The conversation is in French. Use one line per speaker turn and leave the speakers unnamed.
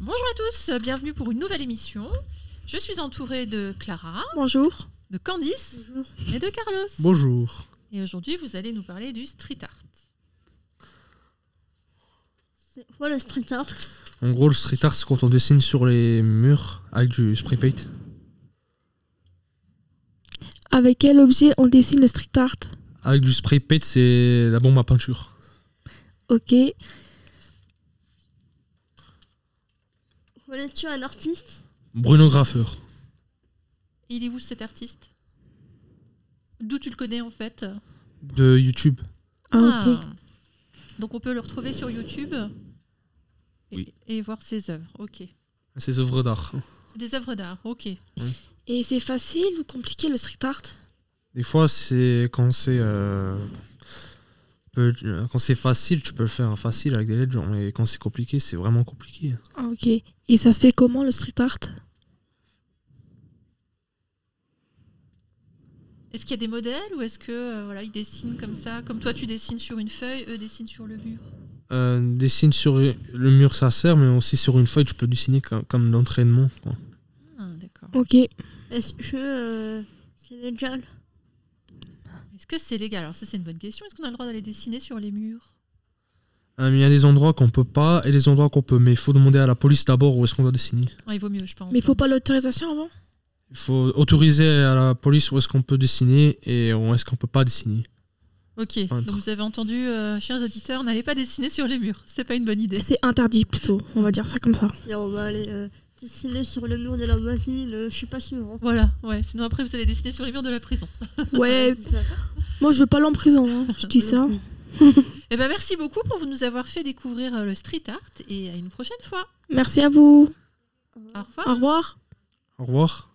Bonjour à tous, euh, bienvenue pour une nouvelle émission. Je suis entourée de Clara,
Bonjour.
de Candice et de Carlos.
Bonjour.
Et aujourd'hui, vous allez nous parler du street art.
C'est quoi le street art
En gros, le street art, c'est quand on dessine sur les murs avec du spray paint.
Avec quel objet on dessine le street art
Avec du spray paint, c'est la bombe à peinture.
Ok.
Connais-tu un artiste
Bruno Graffeur.
Il est où cet artiste D'où tu le connais en fait
De YouTube.
Ah, ok.
Ah. Donc on peut le retrouver sur YouTube et,
Oui.
et voir ses œuvres. Ok.
Ses œuvres d'art.
C'est des œuvres d'art. Ok.
Et c'est facile ou compliqué le street art
Des fois, c'est quand c'est. euh, peu- euh, Quand c'est facile, tu peux le faire facile avec des lettres, genre, mais quand c'est compliqué, c'est vraiment compliqué.
Ah, ok. Et ça se fait comment le street art
Est-ce qu'il y a des modèles ou est-ce que euh, voilà ils dessinent comme ça, comme toi tu dessines sur une feuille, eux dessinent sur le mur.
Euh, dessine sur le mur, ça sert, mais aussi sur une feuille, tu peux dessiner comme, comme d'entraînement. quoi.
Ah, D'accord.
Ok.
Est-ce que euh, c'est légal
Est-ce que c'est légal Alors ça c'est une bonne question. Est-ce qu'on a le droit d'aller dessiner sur les murs
Euh, mais il y a des endroits qu'on peut pas et des endroits qu'on peut, mais il faut demander à la police d'abord où est-ce qu'on doit dessiner.
Ah, Il vaut mieux, je pense.
Mais il faut pas l'autorisation avant
Il faut autoriser à la police où est-ce qu'on peut dessiner et où est-ce qu'on peut pas dessiner.
Ok.
Peintre.
Donc vous avez entendu, euh, chers auditeurs, n'allez pas dessiner sur les murs. C'est pas une bonne idée.
C'est interdit plutôt, on va dire ça comme ça.
Si on va aller euh, dessiner sur le mur de la voisine, euh, je suis pas sûre. hein.
Voilà. Ouais. Sinon après vous allez dessiner sur les murs de la prison.
Ouais,
c'est ça.
moi je veux pas l'en prison, hein. je dis ça.
Eh ben merci beaucoup pour nous avoir fait découvrir euh, le street art et à une prochaine fois.
Merci à vous.
euh,
Au revoir.
Au revoir.
Au revoir.